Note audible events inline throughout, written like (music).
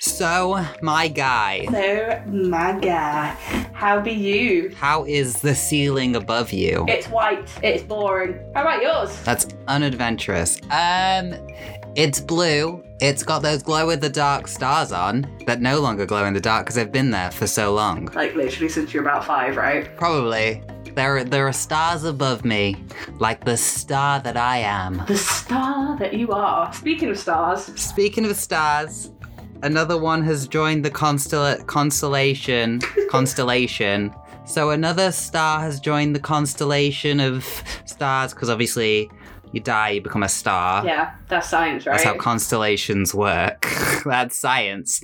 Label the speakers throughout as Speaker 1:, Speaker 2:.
Speaker 1: So, my guy,
Speaker 2: So, my guy, how be you?
Speaker 1: how is the ceiling above you?
Speaker 2: It's white. It's boring. How about yours?
Speaker 1: That's unadventurous. Um, it's blue. It's got those glow in the dark stars on that no longer glow in the dark because they've been there for so long.
Speaker 2: Like literally since you're about five, right?
Speaker 1: Probably. There are, there are stars above me, like the star that I am.
Speaker 2: The star that you are. Speaking of stars,
Speaker 1: Speaking of stars, another one has joined the constella-
Speaker 2: (laughs)
Speaker 1: constellation. constellation. So another star has joined the constellation of stars because obviously you die, you become a star.
Speaker 2: yeah, that's science, right?
Speaker 1: Ah. That's how constellations work. (laughs) That's science.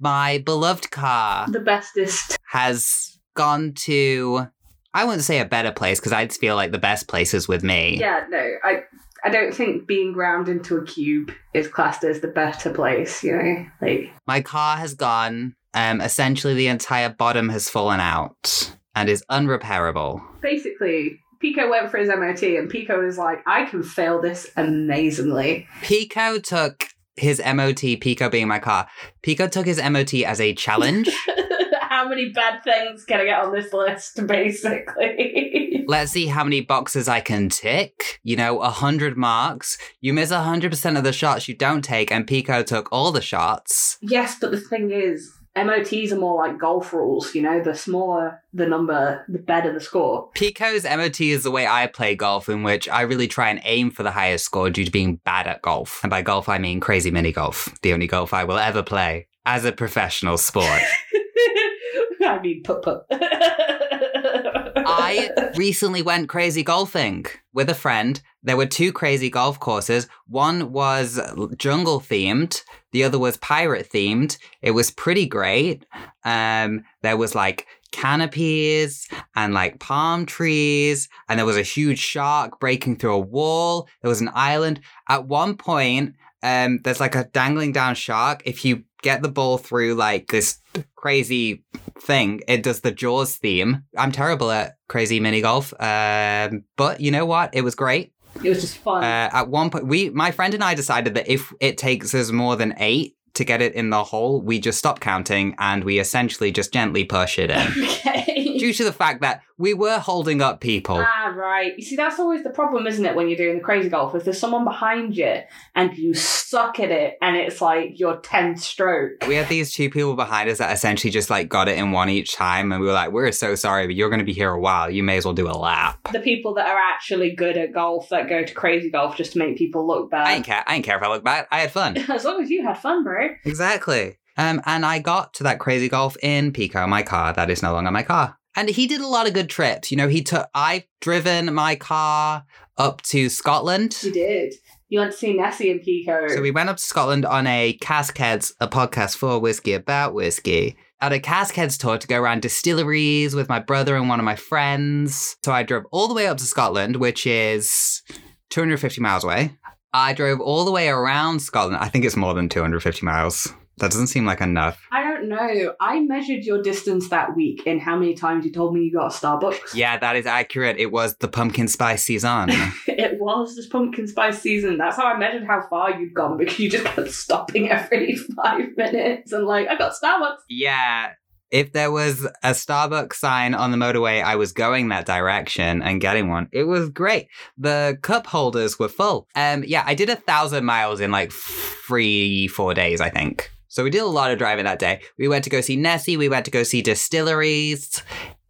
Speaker 1: My beloved car
Speaker 2: the bestest.
Speaker 1: has gone to. I wouldn't say a better place because I'd feel like the best place is with me.
Speaker 2: Yeah, no, I. I don't think being ground into a cube is classed as the better place, you know? Like,
Speaker 1: My car has gone. Um, essentially, the entire bottom has fallen out and is unrepairable.
Speaker 2: basically, Pico went for his MOT and Pico was like, I can fail this amazingly.
Speaker 1: Pico took his MOT, Pico being my car, Pico took his MOT as a challenge.
Speaker 2: (laughs) How many bad things can I get on this list, basically?
Speaker 1: Let's see how many boxes I can tick. You know, 100 marks. You miss 100% of the shots you don't take, and Pico took all the shots.
Speaker 2: yes, but the thing is, MOTs are more like golf rules, you know? The smaller the number, the better the score. (laughs)
Speaker 1: Pico's MOT is the way I play golf, in which I really try and aim for the highest score due to being bad at golf. And by golf, I mean crazy mini golf, the only golf I will ever play as a professional sport.
Speaker 2: I mean, put put. I.
Speaker 1: I recently went crazy golfing with a friend. There were two crazy golf courses. One was jungle themed, the other was pirate themed. It was pretty great. Um, there was like canopies and like palm trees, and there was a huge shark breaking through a wall. There was an island. At one point, um, there's like a dangling down shark. If you get the ball through like this crazy thing. It does the Jaws theme. I'm terrible at crazy mini golf, um, but you know what? It was great.
Speaker 2: It was just
Speaker 1: Uh,
Speaker 2: fun.
Speaker 1: at one point, we, my friend and I, decided that if it takes us more than eight to get it in the hole, we just stop counting and we essentially just gently push it
Speaker 2: (laughs)
Speaker 1: in. (laughs)
Speaker 2: okay.
Speaker 1: Due to the fact that we were holding up people.
Speaker 2: Ah, right. You see, that's always the problem, isn't it, when you're doing the crazy golf? If there's someone behind you and you suck at it and it's like your 10th stroke.
Speaker 1: We had these two people behind us that essentially just like got it in one each time, and we were like, "We're so sorry, but you're going to be here a while. You may as well do a lap."
Speaker 2: The people that are actually good at golf that go to crazy golf just to make people look
Speaker 1: I
Speaker 2: bad.
Speaker 1: ain't care. I ain't care if I look bad. I had fun.
Speaker 2: (laughs) As long as you had fun, bro.
Speaker 1: Exactly. Um, and I got to that crazy golf in Pico, my car that is no longer my car. And he did a lot of good trips. You know, he took. I've driven my car up to Scotland.
Speaker 2: You did. You went to see Nessie and Pico.
Speaker 1: So we went up to Scotland on a Caskheads, a podcast for whiskey about whiskey. On a Caskheads tour to go around distilleries with my brother and one of my friends. So I drove all the way up to Scotland, which is 250 miles away. I drove all the way around Scotland. I think it's more than 250 miles. That doesn't seem like enough.
Speaker 2: I don't know. I measured your distance that week and how many times you told me you got a Starbucks.
Speaker 1: Yeah, that is accurate. It was the pumpkin spice saison.
Speaker 2: (laughs) It was this pumpkin spice season. That's how I measured how far you'd gone because you just kept stopping every (laughs) five minutes and like I got Starbucks.
Speaker 1: yeah. If there was a Starbucks sign on the motorway, I was going that direction and getting one. It was great. The cup holders were full. Um, yeah, I did a thousand miles in like three, four days, I think. So we did a lot of driving that day. We went to go see Nessie. We went to go see distilleries.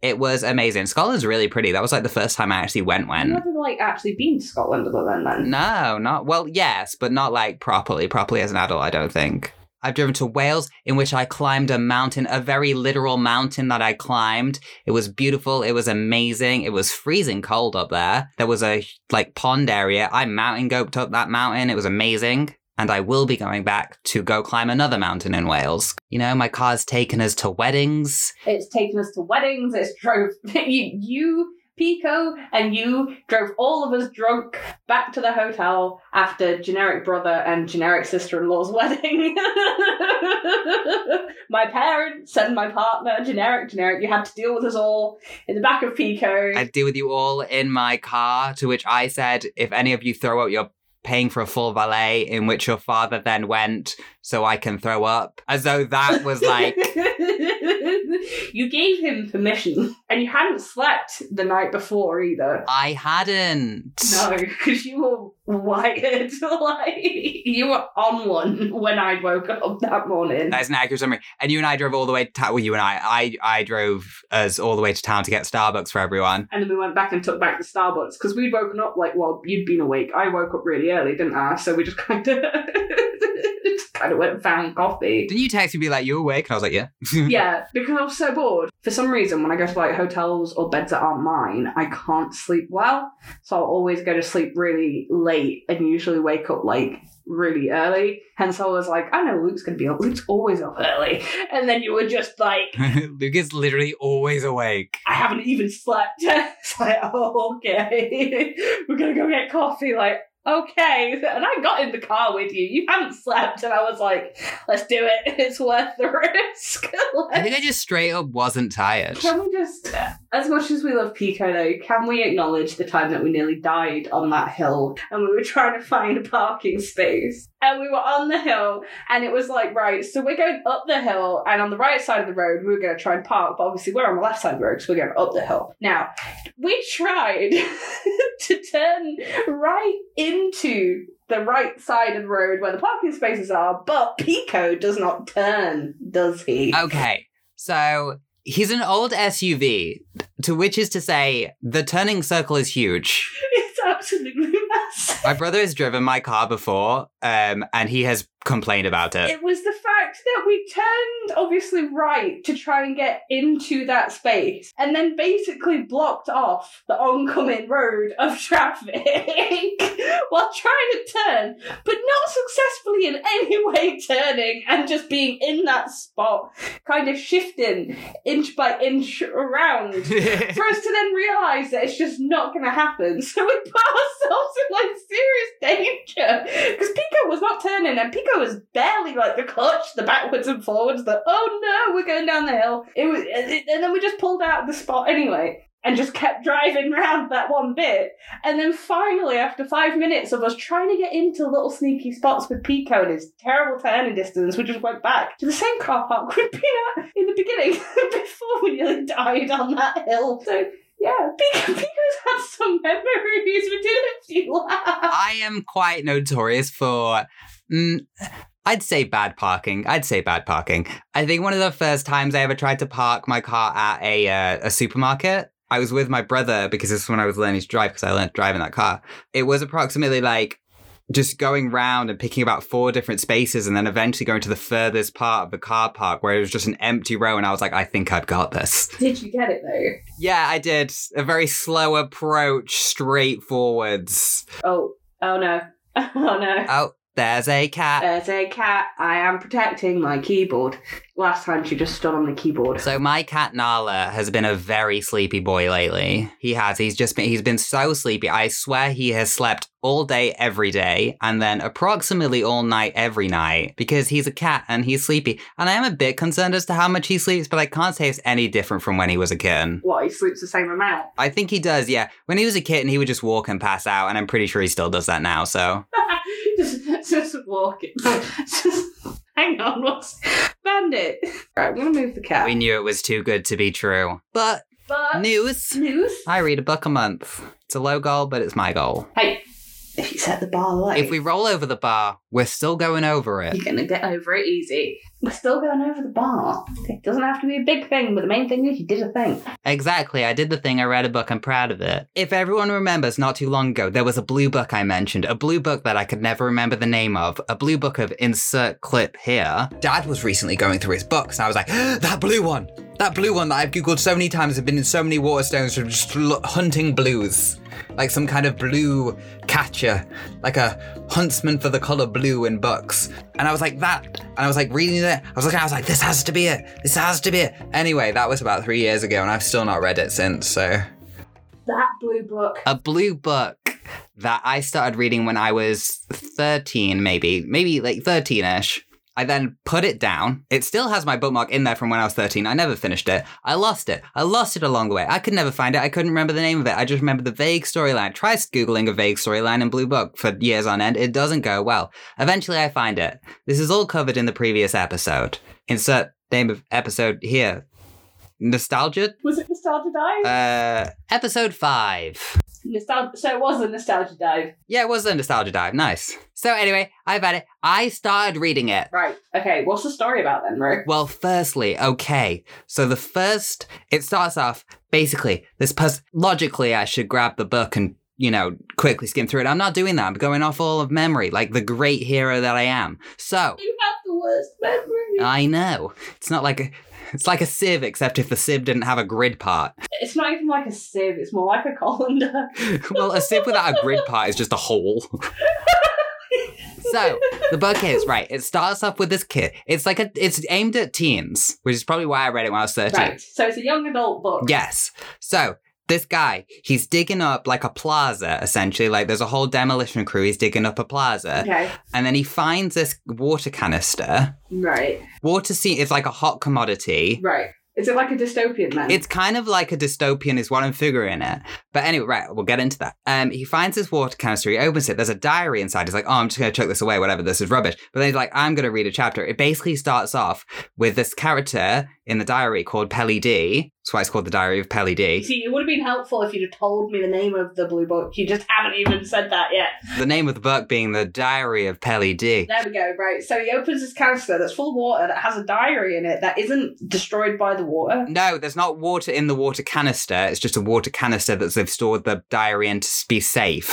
Speaker 1: It was amazing. Scotland's really pretty. That was like the first time I actually went.
Speaker 2: I've
Speaker 1: When
Speaker 2: never like actually been to Scotland other than then.
Speaker 1: No, not well, yes, but not like properly, properly as an adult, I don't think. I've driven to Wales in which I climbed a mountain, a very literal mountain that I climbed. It was beautiful, it was amazing, it was freezing cold up there. There was a like pond area. I mountain goaped up that mountain, it was amazing. And I will be going back to go climb another mountain in Wales. You know, my car's taken us to weddings.
Speaker 2: It's taken us to weddings. It's drove (laughs) you, you, Pico, and you drove all of us drunk back to the hotel after generic brother and generic sister-in-law's (laughs) wedding. my parents and my partner, generic, generic. You had to deal with us all in the back of Pico.
Speaker 1: I'd deal with you all in my car, to which I said, if any of you throw out your paying for a full valet in which your father then went so I can throw up. As though that
Speaker 2: (laughs)
Speaker 1: was like
Speaker 2: you gave him permission, and you hadn't slept the night before either.
Speaker 1: I hadn't.
Speaker 2: (laughs) No, because you were wired. (laughs) like you were on one when I woke up that morning.
Speaker 1: That's an accurate summary. And you and I drove all the way to town. Well, you and I, I, I drove us all the way to town to get Starbucks for everyone.
Speaker 2: And then we went back and took back the Starbucks because we'd woken up like, well, you'd been awake. I woke up really early, didn't I? So we just kind of (laughs) just kind of went and found coffee.
Speaker 1: Didn't you text me be like, "You awake?" And I was like, "Yeah." (laughs)
Speaker 2: yeah, because I was so bored. For some reason, when I go to like hotels or beds that aren't mine, I can't sleep well. So I'll always go to sleep really late and usually wake up like really early. Hence, I was like, I know Luke's gonna be up. Luke's always up early. And then you were just like,
Speaker 1: Luke is literally always awake.
Speaker 2: I haven't even slept. (laughs) it's like, oh, okay. (laughs) we're gonna go get coffee. Like, okay. And I got in the car with you. You haven't slept. And I was like, let's do it. (laughs) It's worth the risk. (laughs)
Speaker 1: I think I just straight up wasn't tired.
Speaker 2: Can we just, as much as we love Pico though, can we acknowledge the time that we nearly died on that hill and we were trying to find a parking space? And we were on the hill and it was like, right, so we're going up the hill and on the right side of the road, we were going to try and park, but obviously we're on the left side of the road because we're going up the hill. Now, we tried (laughs) to turn right into the right side of the road where the parking spaces are, but Pico does not turn, does he?
Speaker 1: Okay, so he's an old SUV, to which is to say, the turning circle is huge.
Speaker 2: (laughs) It's absolutely massive.
Speaker 1: My brother has driven my car before, um, and he has complained about it.
Speaker 2: It was the fact that we turned obviously right to try and get into that space and then basically blocked off the oncoming road of (laughs) traffic while trying to turn, but not successfully in any (laughs) way turning and just being in that spot, kind of shifting inch by inch around (laughs) for us to then realise that it's just not going to happen. (laughs) So we put ourselves in like serious danger because Pico was not turning and Pico was barely like the clutch, the backwards and forwards, the oh no, we're going down the hill. It was, it, and then we just pulled out of the spot anyway and just kept driving (laughs) round that one bit. And then finally, after five minutes of us trying to get into little sneaky spots with Pico and his terrible turning distance, we just went back to the same car park (laughs) we'd been at in the beginning (laughs) before we nearly died on that hill. So yeah, Pico, (laughs) Pico's had some memories. We did a few laps.
Speaker 1: I am quite notorious for. Mm, I'd say bad parking. I'd say bad parking. I think one of the first times I ever tried to park my car at a uh, a supermarket, I was with my brother because this is when I was learning to drive because I learned to drive in that car. It was approximately like just going round and picking about four different spaces and then eventually going to the furthest part of the car park where it was just an empty row and I was like, I think I've got this.
Speaker 2: Did you get it though?
Speaker 1: Yeah, I did. A very slow approach, straight forwards.
Speaker 2: Oh, oh no. (laughs) Oh no.
Speaker 1: Oh, there's a cat.
Speaker 2: There's a cat. I am protecting my keyboard. Last time she just stood on the keyboard.
Speaker 1: So my cat Nala has been a very sleepy boy lately. He has. He's just been he's been so sleepy. I swear he has slept all day every day and then approximately all night every night because he's a cat and he's sleepy. And I am a bit concerned as to how much he sleeps, but I can't say it's any different from when he was a kitten.
Speaker 2: What, he sleeps the same amount?
Speaker 1: I think he does, yeah. When he was a kitten, he would just walk and pass out, and I'm pretty sure he still does that now, so
Speaker 2: (laughs) just, just walking. just, hang on, what's Bandit? Right, I'm gonna move the cat.
Speaker 1: we knew it was too good to be true. But
Speaker 2: but
Speaker 1: news
Speaker 2: news.
Speaker 1: I read a book a month. It's a low goal, but it's my goal.
Speaker 2: Hey, if you set the bar low,
Speaker 1: If we roll over the bar, we're still going over it.
Speaker 2: you're gonna get over it easy. We're still going over the bar. It doesn't have to be a big thing, but the main thing is you did a thing.
Speaker 1: Exactly. I did the thing. I read a book. I'm proud of it. If everyone remembers, not too long ago, there was a blue book I mentioned, a blue book that I could never remember the name of, a blue book of insert clip here. Dad was recently going through his books, and I was like, (gasps) that blue one, that blue one that I've googled so many times, I've been in so many Waterstones, from just l- hunting blues, like some kind of blue catcher, like a huntsman for the color blue in books. And I was like that, and I was like reading it. I was looking, I was like, this has to be it. This has to be it. Anyway, that was about three years ago, and I've still not read it since. So
Speaker 2: That blue book.
Speaker 1: a blue book that I started reading when I was 13, maybe, maybe like 13 ish. I then put it down. It still has my bookmark in there from when I was 13. I never finished it. I lost it. I lost it along the way. I could never find it. I couldn't remember the name of it. I just remember the vague storyline. I tried Googling a vague storyline in Blue Book for years on end. It doesn't go well. Eventually, I find it. This is all covered in the previous episode. Insert name of episode here. Nostalgia?
Speaker 2: Was it Nostalgia Dive?
Speaker 1: Uh, episode 5.
Speaker 2: Nostal- so it was a Nostalgia Dive.
Speaker 1: Yeah, it was a nostalgia dive. Nice. So anyway, I've had it. I started reading it.
Speaker 2: Right. Okay, what's the story about then, Ro?
Speaker 1: Well, firstly, okay. So the first, it starts off basically this person. Logically, I should grab the book and you know quickly skim through it. I'm not doing that. I'm going off all of memory, like the great hero that I am. So
Speaker 2: You have the worst memory.
Speaker 1: I know it's not like a, it's like a sieve, except if the sieve didn't have a grid part.
Speaker 2: it's not even like a sieve, it's more like a colander.
Speaker 1: (laughs) well, a sieve without a grid part is just a hole. so the book is right. It starts off with this kid. It's like a. It's aimed at teens, which is probably why I read it when I was thirteen.
Speaker 2: Right. So it's a young adult book.
Speaker 1: Yes. So this guy, he's digging up like a plaza, essentially. Like there's a whole demolition crew. He's digging up a plaza,
Speaker 2: Okay.
Speaker 1: and then he finds this water canister.
Speaker 2: Right.
Speaker 1: Water scene. It's like a hot commodity.
Speaker 2: Right. Is it like a dystopian then?
Speaker 1: It's kind of like a dystopian, is what I'm figuring it. But anyway, right, we'll get into that. Um, he finds this water canister, he opens it, there's a diary inside. He's like, oh, I'm just going to chuck this away, whatever, this is rubbish. But then he's like, I'm going to read a chapter. It basically starts off with this character in the diary called Pelly D. That's why it's called the Diary of Pelly D.
Speaker 2: (laughs) See, it would have been helpful if you'd have told me the name of the blue book. You just haven't even said that yet.
Speaker 1: The name of the book being The Diary of Pelly D.
Speaker 2: There we go, right. So he opens his canister that's full of water that has a diary in it that isn't destroyed by the water.
Speaker 1: No, there's not water in the water canister. It's just a water canister that they've stored the diary in to be safe.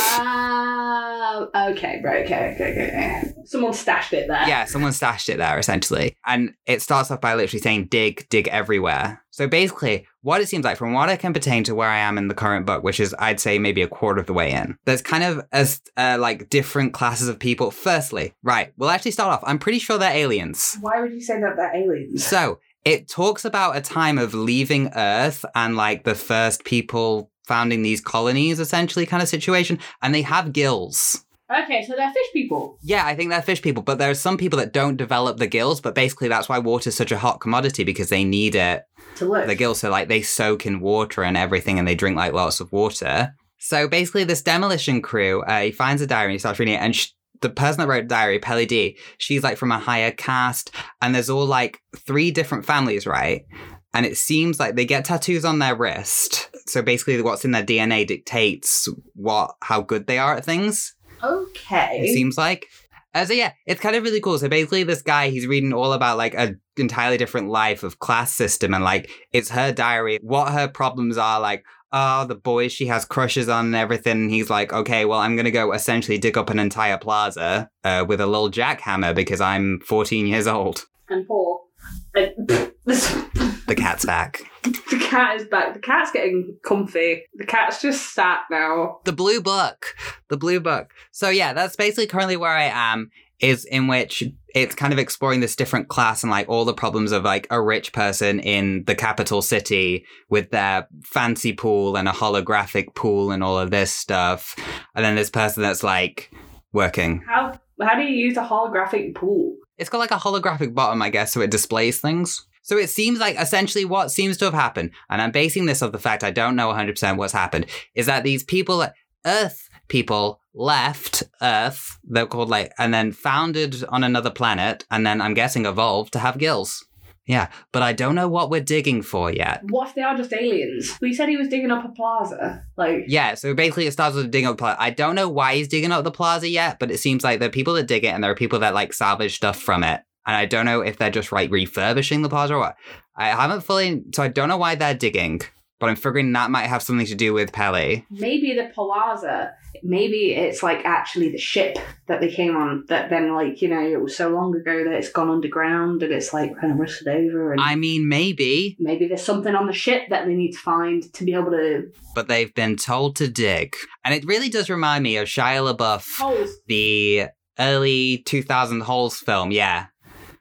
Speaker 2: Ah, okay, right, okay, okay, okay, okay. Someone stashed it there.
Speaker 1: yeah, someone stashed it there essentially. And it starts off by literally saying dig, dig everywhere. So basically, what it seems like from what I can pertain to where I am in the current book, which is I'd say maybe a quarter of the way in, there's kind of as uh, like different classes of people. Firstly, right, we'll actually start off. I'm pretty sure they're aliens.
Speaker 2: Why would you say that they're aliens?
Speaker 1: So it talks about a time of leaving Earth and like the first people founding these colonies essentially kind of situation and they have gills
Speaker 2: Okay, so they're fish people.
Speaker 1: yeah, I think they're fish people, but there are some people that don't develop the gills, but basically that's why water's such a hot commodity because they need it.
Speaker 2: To look.
Speaker 1: The gills, so like they soak in water and everything and they drink like lots of water. So basically, this demolition crew, uh, he finds a diary and he starts reading it. And sh- the person that wrote the diary, Pelly D, she's like from a higher caste. And there's all like three different families, right? And it seems like they get tattoos on their wrist. So basically, what's in their DNA dictates what how good they are at things
Speaker 2: okay.
Speaker 1: it seems like. Uh, so yeah, it's kind of really cool. So basically, this guy he's reading all about like a entirely different life of class system, and like it's her diary, what her problems are, like oh the boys she has crushes on and everything. And he's like, okay, well I'm gonna go essentially dig up an entire plaza uh, with a little jackhammer because I'm 14 years old.
Speaker 2: and poor. (laughs) And the
Speaker 1: The cat's back.
Speaker 2: cat is back. The cat's getting comfy. The cat's just sat now.
Speaker 1: the blue book the blue book so yeah that's basically currently where i am is in which it's kind of exploring this different class and like all the problems of like a rich person in the capital city with their fancy pool and a holographic pool and all of this stuff and then this person that's like working
Speaker 2: How how do you use a holographic pool?
Speaker 1: it's got like a holographic bottom, I guess, so it displays things. So it seems like essentially what seems to have happened, and I'm basing this off the fact I don't know 100% what's happened, is that these people, Earth people, left Earth, they're called like, and then founded on another planet, and then I'm guessing evolved to have gills. Yeah, but I don't know what we're digging for yet.
Speaker 2: What if they are just aliens? Well, you said he was digging up a plaza. Like,
Speaker 1: Yeah, so basically it starts with digging up the plaza. I don't know why he's digging up the plaza yet, but it seems like there are people that dig it and there are people that like salvage stuff from it. And I don't know if they're just like refurbishing the plaza or what. I haven't fully, so I don't know why they're digging, but I'm figuring that might have something to do with Pele.
Speaker 2: maybe the plaza, maybe it's like actually the ship that they came on that then, like, you know, it was so long ago that it's gone underground and it's like kind of rusted over. And
Speaker 1: I mean, maybe,
Speaker 2: maybe there's something on the ship that they need to find to be able to.
Speaker 1: but they've been told to dig. And it really does remind me of Shia LaBeouf, the early 2000 Holes film, yeah.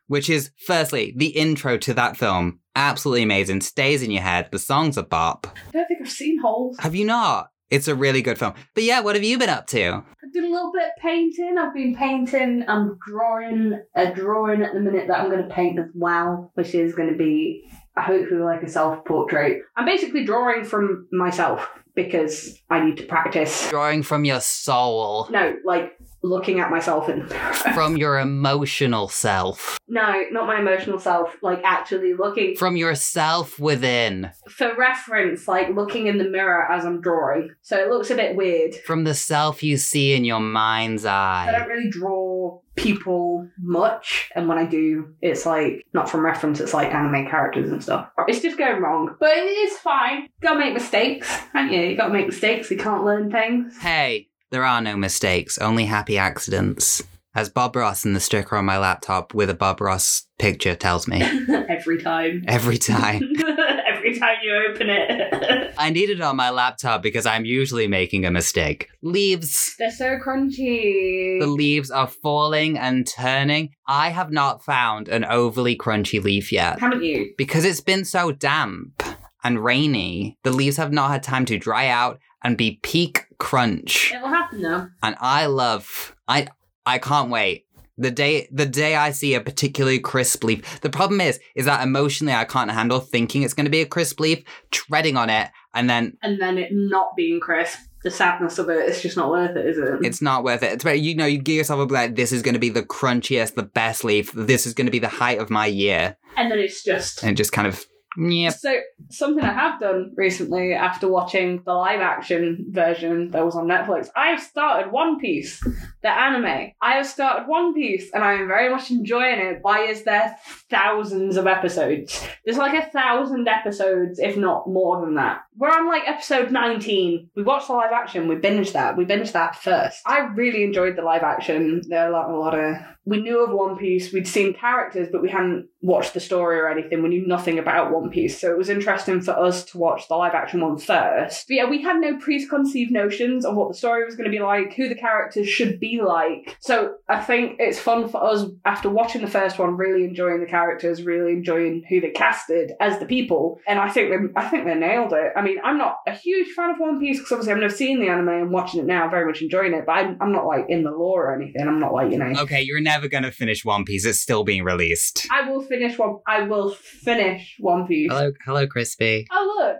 Speaker 1: Which is, firstly, the intro to that film. Absolutely amazing, stays in your head, the song's a bop.
Speaker 2: I don't think I've seen holes.
Speaker 1: Have you not? It's a really good film. But yeah, what have you been up to?
Speaker 2: I did a little bit of painting. I've been painting. I'm drawing a drawing at the minute that I'm going to paint as well, which is going to be hopefully like a self portrait. I'm basically drawing from myself because I need to practice.
Speaker 1: Drawing from your soul,
Speaker 2: No, like looking at myself in the mirror.
Speaker 1: from your emotional self,
Speaker 2: (laughs) No, not my emotional self. Like actually looking
Speaker 1: from yourself within,
Speaker 2: for reference, like looking in the mirror as I'm drawing. So it looks a bit weird.
Speaker 1: from the self you see in your mind's
Speaker 2: I
Speaker 1: eye.
Speaker 2: don't really draw people much, and when I do, it's like not from reference, it's like anime characters and stuff. It's just going wrong, but it is fine. Gotta make mistakes, haven't you? You gotta make mistakes, you can't learn things. (laughs)
Speaker 1: Hey, there are no mistakes, only happy accidents. As Bob Ross in the sticker on my laptop with a Bob Ross picture tells me
Speaker 2: Every time.
Speaker 1: every time.
Speaker 2: (laughs) Every time you open it. (laughs)
Speaker 1: I need it on my laptop because I'm usually making a mistake. Leaves.
Speaker 2: They're so crunchy.
Speaker 1: The leaves are falling and turning. I have not found an overly crunchy leaf yet.
Speaker 2: Haven't you?
Speaker 1: Because it's been so damp and rainy, the leaves have not had time to dry out and be peak crunch.
Speaker 2: It'll happen though.
Speaker 1: And I love I I can't wait. The day the day I see a particularly crisp leaf. The problem is is that emotionally I can't handle thinking it's going to be a crisp leaf, treading on it and then
Speaker 2: And then it not being crisp, the sadness of it, it's just not worth it, is it?
Speaker 1: It's not worth it. It's about you know you give yourself a like this is going to be the crunchiest, the best leaf. This is going to be the height of my year,
Speaker 2: and then it's just
Speaker 1: and it just kind of yep.
Speaker 2: So something I have done recently after watching the live action version that was on Netflix, I have started One Piece, the anime. I have started One Piece and I am very much enjoying it. Why is there thousands of episodes? There's like a thousand episodes, if not more than that. We're on like episode 19. We watched the live action, we binged that, we binged that first. I really enjoyed the live action. There are a lot, a lot of we knew of One Piece, we'd seen characters, but we hadn't watched the story or anything. We knew nothing about One Piece, so it was interesting for us to watch the live action one first. But yeah, we had no preconceived notions of what the story was going to be like, who the characters should be like. So I think it's fun for us after watching the first one, really enjoying the characters, really enjoying who they casted as the people, and I think they, I think they nailed it. I mean, I'm not a huge fan of One Piece because obviously I've never seen the anime and watching it now, very much enjoying it, but I'm, I'm not like in the lore or anything. I'm not like you know.
Speaker 1: Okay, you're never going to finish One Piece. It's still being released.
Speaker 2: I will finish one. I will finish One Piece.
Speaker 1: Hello, hello, Crispy.
Speaker 2: Oh look,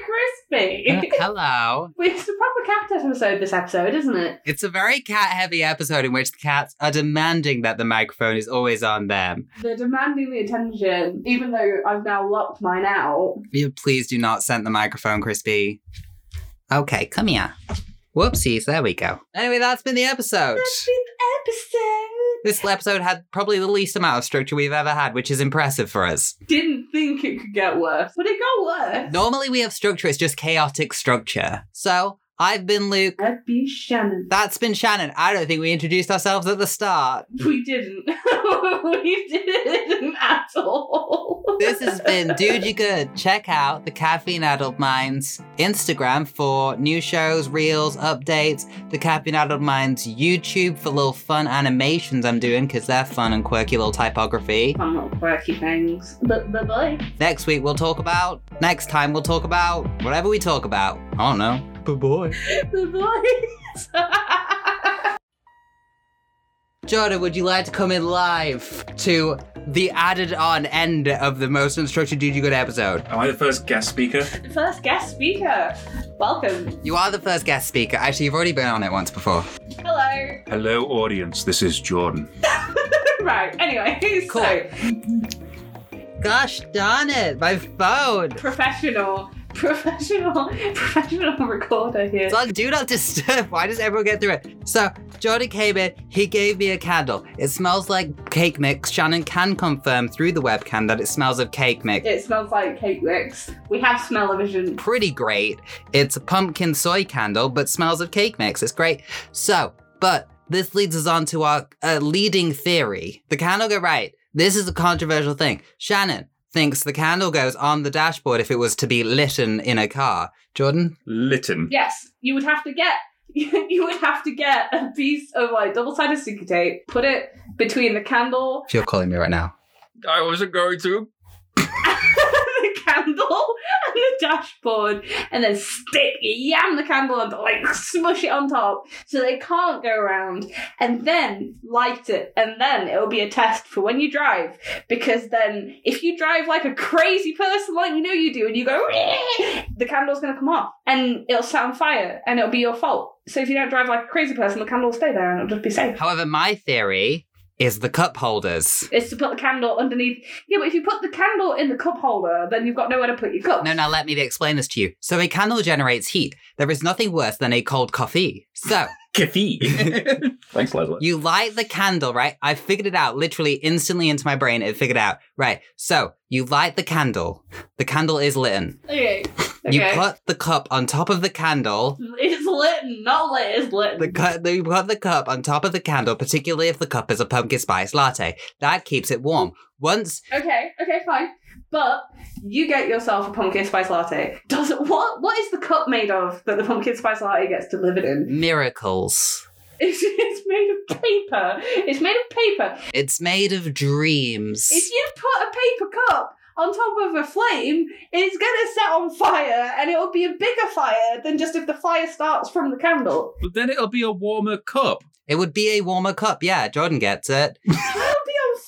Speaker 2: (laughs) it's a
Speaker 1: Uh, (laughs)
Speaker 2: crispy.
Speaker 1: hello.
Speaker 2: it's a proper cat episode. This episode, isn't it?
Speaker 1: It's a very cat-heavy episode in which the cats are demanding that the microphone is always on them.
Speaker 2: They're demanding the attention, even though I've now locked mine out.
Speaker 1: You- Please do not send the microphone, Crispy. Okay, come here. Whoopsies, there we go. Anyway, that's been the episode.
Speaker 2: That's been episode.
Speaker 1: This episode had probably the least amount of structure we've ever had, which is impressive for us.
Speaker 2: Didn't think it could get worse, but it got worse.
Speaker 1: Normally we have structure, it's just chaotic structure. So, I've been Luke.
Speaker 2: I'd be Shannon.
Speaker 1: That's been Shannon. I don't think we introduced ourselves at the start.
Speaker 2: We didn't. (laughs) we didn't at all.
Speaker 1: This has been (laughs) Dude You Good. Check out the Caffeine Adult Minds Instagram for new shows, reels, updates, the Caffeine Adult Minds YouTube for little fun animations I'm doing because they're fun and quirky little typography.
Speaker 2: Fun little quirky things. But bye bye.
Speaker 1: Next week we'll talk about, next time we'll talk about whatever we talk about. I don't know. Bye boy.
Speaker 2: Bye bye.
Speaker 1: Jordan, would you like to come in live to the added on end of the most unstructured Dude You Good episode?
Speaker 3: Am I the first guest speaker?
Speaker 2: (laughs) First guest speaker. Welcome.
Speaker 1: You are the first guest speaker. Actually, you've already been on it once before.
Speaker 2: Hello. (laughs)
Speaker 3: Hello, audience. This is Jordan.
Speaker 2: Right. Anyway, (laughs)
Speaker 1: Cool.
Speaker 2: so
Speaker 1: Gosh darn it, my phone.
Speaker 2: professional, professional, (laughs) professional recorder here.
Speaker 1: It's on Do Not (laughs) Disturb. Why does everyone get through it? So, Jordan came in, he gave me a candle. It smells like cake mix. Shannon can confirm through the webcam that it smells of cake mix.
Speaker 2: It smells like cake mix. We have smell-o-vision.
Speaker 1: pretty great. It's a pumpkin soy candle, but smells of cake mix. It's great. So, but this leads us on to our uh, leading theory. The candle go right. This is a controversial thing. Shannon thinks the candle goes on the dashboard if it was to be lit in, in a car. Jordan?
Speaker 3: Lytton.
Speaker 2: Yes, you would have to get. (laughs) You would have to get a piece of like double-sided sticky tape, put it between the candle,
Speaker 1: If you're calling me right now.
Speaker 3: I wasn't going to.
Speaker 2: the (laughs) the candle and the dashboard and then stick, yam the candle and like smush it on top so they can't go around and then light it and then it'll be a test for when you drive because then if you drive like a crazy person like you know you do and you go "Ree!" the candle's going to come off and it'll set on fire and it'll be your fault so if you don't drive like a crazy person the candle will stay there and it'll just be safe
Speaker 1: However, my theory is the cup holders.
Speaker 2: is to put the candle underneath. Yeah, but if you put the candle in the cup holder, then you've got nowhere to put your cup.
Speaker 1: No, now let me explain this to you. So, a candle generates heat. There is nothing worse than a cold coffee. So,
Speaker 4: (laughs) Kathy. Thanks, Leslie.
Speaker 1: you light the candle, right? I figured it out literally instantly into my brain. It figured out. Right. So, you light the candle. The candle is lit.
Speaker 2: Okay. Okay.
Speaker 1: You put the cup on top of the candle.
Speaker 2: it's lit, not lit, it's lit.
Speaker 1: The cu- you put the cup on top of the candle, particularly if the cup is a pumpkin spice latte. That keeps it warm. Once
Speaker 2: okay, okay, fine. But you get yourself a pumpkin spice latte. Does it what what is the cup made of that the pumpkin spice latte gets delivered in? (laughs)
Speaker 1: miracles.
Speaker 2: It's, it's made of paper. It's made of paper.
Speaker 1: It's made of dreams.
Speaker 2: If you put a paper cup on top of a flame, it's gonna set on fire and it'll be a bigger fire than just if the fire starts from the candle.
Speaker 4: But then it'll be a warmer cup.
Speaker 1: It would be a warmer cup. Yeah, Jordan gets it.
Speaker 2: It'll be on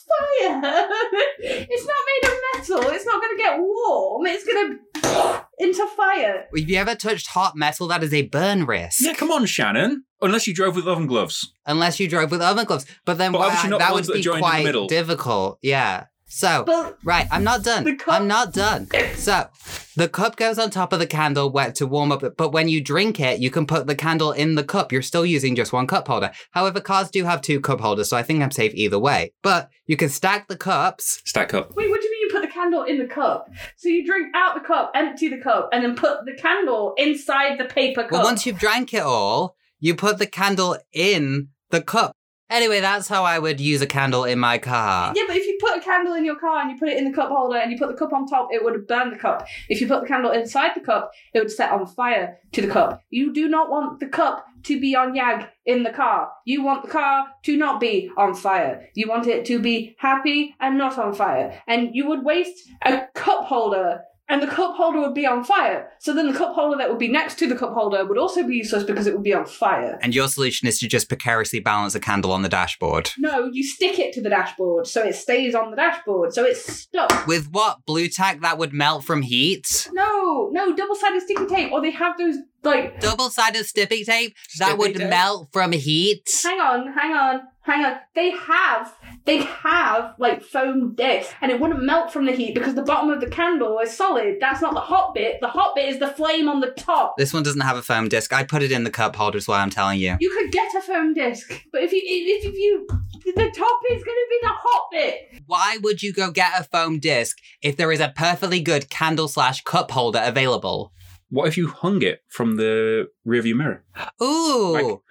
Speaker 2: fire. (laughs) it's not made of metal. It's not going to get warm. It's going to (gasps) into fire.
Speaker 1: Have you ever touched hot metal? That is a burn risk.
Speaker 4: Yeah, come on, Shannon. Unless you drove with oven gloves.
Speaker 1: Unless you drove with oven gloves. But then
Speaker 4: But
Speaker 1: why-
Speaker 4: obviously not
Speaker 1: that would
Speaker 4: ones that
Speaker 1: be
Speaker 4: joined in the
Speaker 1: quite
Speaker 4: middle.
Speaker 1: difficult. Yeah. So,
Speaker 2: But
Speaker 1: right, I'm not
Speaker 2: The
Speaker 1: done.
Speaker 2: cup-
Speaker 1: I'm not done. So, the cup goes on top of the candle wet to warm up. it, But when you drink it, you can put the candle in the cup. You're still using just one cup holder. However, cars do have two cup holders, so I think I'm safe either way. But you can stack the cups.
Speaker 4: Stack up.
Speaker 2: wait, what do you mean you put the candle in the cup? So you drink out the cup, empty the cup, and then put the candle inside the paper cup.
Speaker 1: Well, once you've drank it all, you put the candle in the cup. Anyway, that's how I would use a candle in my car.
Speaker 2: yeah, but if you put a candle in your car and you put it in the cup holder and you put the cup on top, it would burn the cup. If you put the candle inside the cup, it would set on fire to the cup. You do not want the cup to be on yag in the car. You want the car to not be on fire. You want it to be happy and not on fire. And you would waste a cup holder and the cup holder would be on fire. So then the cup holder that would be next to the cup holder would also be useless because it would be on fire.
Speaker 1: And your solution is to just precariously balance a candle on the dashboard.
Speaker 2: No, you stick it to the dashboard so it stays on the dashboard, so it's stuck.
Speaker 1: With what? Blue tack that would melt from heat?
Speaker 2: No, no, double sided sticky tape, or they have those like.
Speaker 1: Double sided stipping tape that
Speaker 4: Stipping
Speaker 1: would
Speaker 4: tape?
Speaker 1: melt from heat?
Speaker 2: Hang on, hang on, hang on. They have, they have like foam discs, and it wouldn't melt from the heat because the bottom of the candle is solid. That's not the hot bit. The hot bit is the flame on the top.
Speaker 1: This one doesn't have a foam disc. I put it in the cup holder, is what I'm telling you.
Speaker 2: You could get a foam disc, but if you, if, if you, the top is going to be the hot bit. (laughs)
Speaker 1: Why would you go get a foam disc if there is a perfectly good candle slash cup holder available?
Speaker 4: What if you hung it from the rearview mirror?
Speaker 1: Ooh,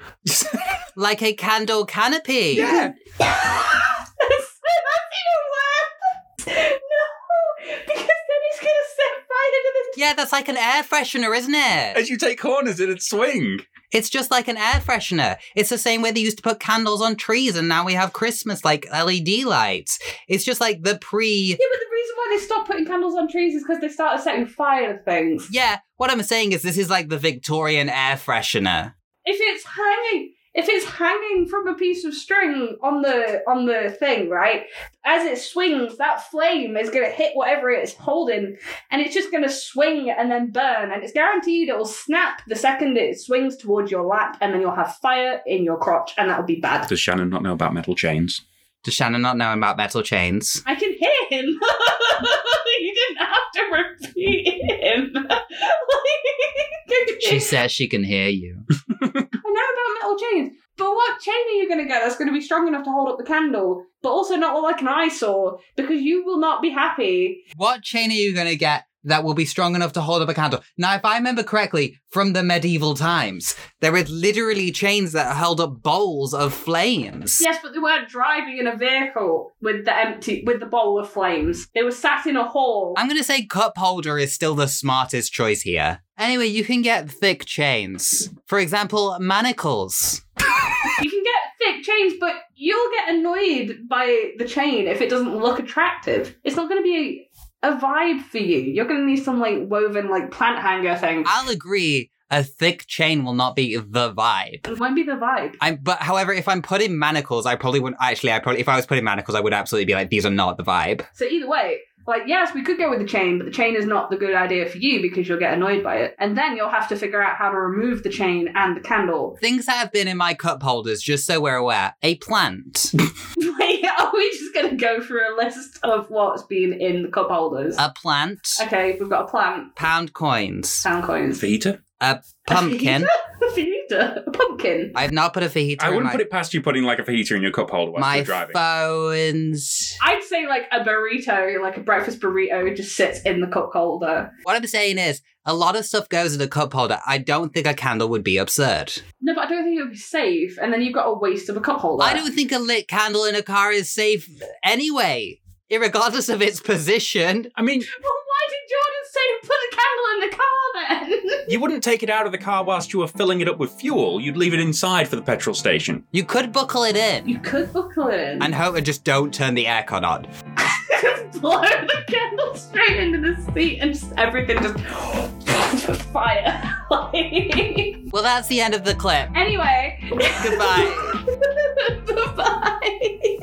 Speaker 1: (laughs) like a candle canopy.
Speaker 2: That's even worse. (laughs) No, because then it's going to set fire to the
Speaker 1: Yeah, that's like an air freshener, isn't it?
Speaker 4: As you take corners, it'd swing.
Speaker 1: It's just like an air freshener. It's the same way they used to put candles on trees, and now we have Christmas like LED lights. It's just like the pre.
Speaker 2: Yeah, but the reason why they stopped putting candles on trees is because they started setting fire to things.
Speaker 1: Yeah, what I'm saying is this is like the Victorian air freshener.
Speaker 2: If it's hanging, if it's hanging from a piece of string on the on the thing, right? As it swings, that flame is going to hit whatever it's holding, and it's just going to swing and then burn. And it's guaranteed it will snap the second it swings towards your lap, and then you'll have fire in your crotch, and that'll be bad.
Speaker 4: Does Shannon not know about metal chains?
Speaker 1: Does Shannon not know about metal chains?
Speaker 2: I can hear him. (laughs) you didn't have to repeat him. (laughs)
Speaker 1: She says she can hear you.
Speaker 2: I know about metal chains, but what chain are you going to get that's going to be strong enough to hold up the candle, but also not look like an eyesore? Because you will not be happy.
Speaker 1: What chain are you going to get that will be strong enough to hold up a candle? Now, if I remember correctly, from the medieval times, there were literally chains that held up bowls of flames.
Speaker 2: Yes, but they weren't driving in a vehicle with the empty with the bowl of flames. They were sat in a hall.
Speaker 1: I'm going to say cup holder is still the smartest choice here. Anyway, you can get thick chains. For example, manacles.
Speaker 2: you can get thick chains, but you'll get annoyed by the chain if it doesn't look attractive. It's not going to be a vibe for you. You're gonna need some like woven like plant hanger thing.
Speaker 1: I'll agree. A thick chain will not be the vibe.
Speaker 2: It won't be the vibe.
Speaker 1: I'm, but however, if I'm putting manacles, I probably wouldn't. Actually, I probably if I was putting manacles, I would absolutely be like, these are not the vibe.
Speaker 2: So either way, like yes, we could go with the chain, but the chain is not the good idea for you because you'll get annoyed by it, and then you'll have to figure out how to remove the chain and the candle. (laughs)
Speaker 1: Things that have been in my cup holders, just so we're aware, a plant,
Speaker 2: Wait, are we just gonna go through a list of what's been in the cup holders?
Speaker 1: a plant,
Speaker 2: okay, we've got a plant,
Speaker 1: pound coins,
Speaker 2: sound coins,
Speaker 4: Fajita?
Speaker 1: a
Speaker 2: (laughs)
Speaker 4: (laughs)
Speaker 1: pumpkin.
Speaker 2: a fajita, a pumpkin.
Speaker 1: I've not put a fajita.
Speaker 4: I
Speaker 1: in
Speaker 4: wouldn't
Speaker 1: my,
Speaker 4: put it past you putting like a fajita in your cup holder while
Speaker 1: my
Speaker 4: you're driving.
Speaker 1: phones.
Speaker 2: I'd say like a burrito, like a breakfast burrito, just sits in the cup holder.
Speaker 1: What I'm saying is, a lot of stuff goes in a cup holder. I don't think a candle would be absurd.
Speaker 2: No, but I don't think it would be safe. And then you've got a waste of a cup holder.
Speaker 1: I don't think a lit candle in a car is safe anyway, regardless of its position.
Speaker 4: I mean,
Speaker 2: (laughs) Well, why did Jordan say to put a candle in the car then? (laughs)
Speaker 4: you wouldn't take it out of the car whilst you were filling it up with fuel. You'd leave it inside for the petrol station.
Speaker 1: You could buckle it in
Speaker 2: you could buckle it in
Speaker 1: and hope and just don't turn the aircon on.
Speaker 2: (laughs) just blow the candle straight into the seat and just everything just (gasps) fire. (laughs) Like-
Speaker 1: Well, that's the end of the clip.
Speaker 2: anyway, (laughs)
Speaker 1: Goodbye.
Speaker 2: bye.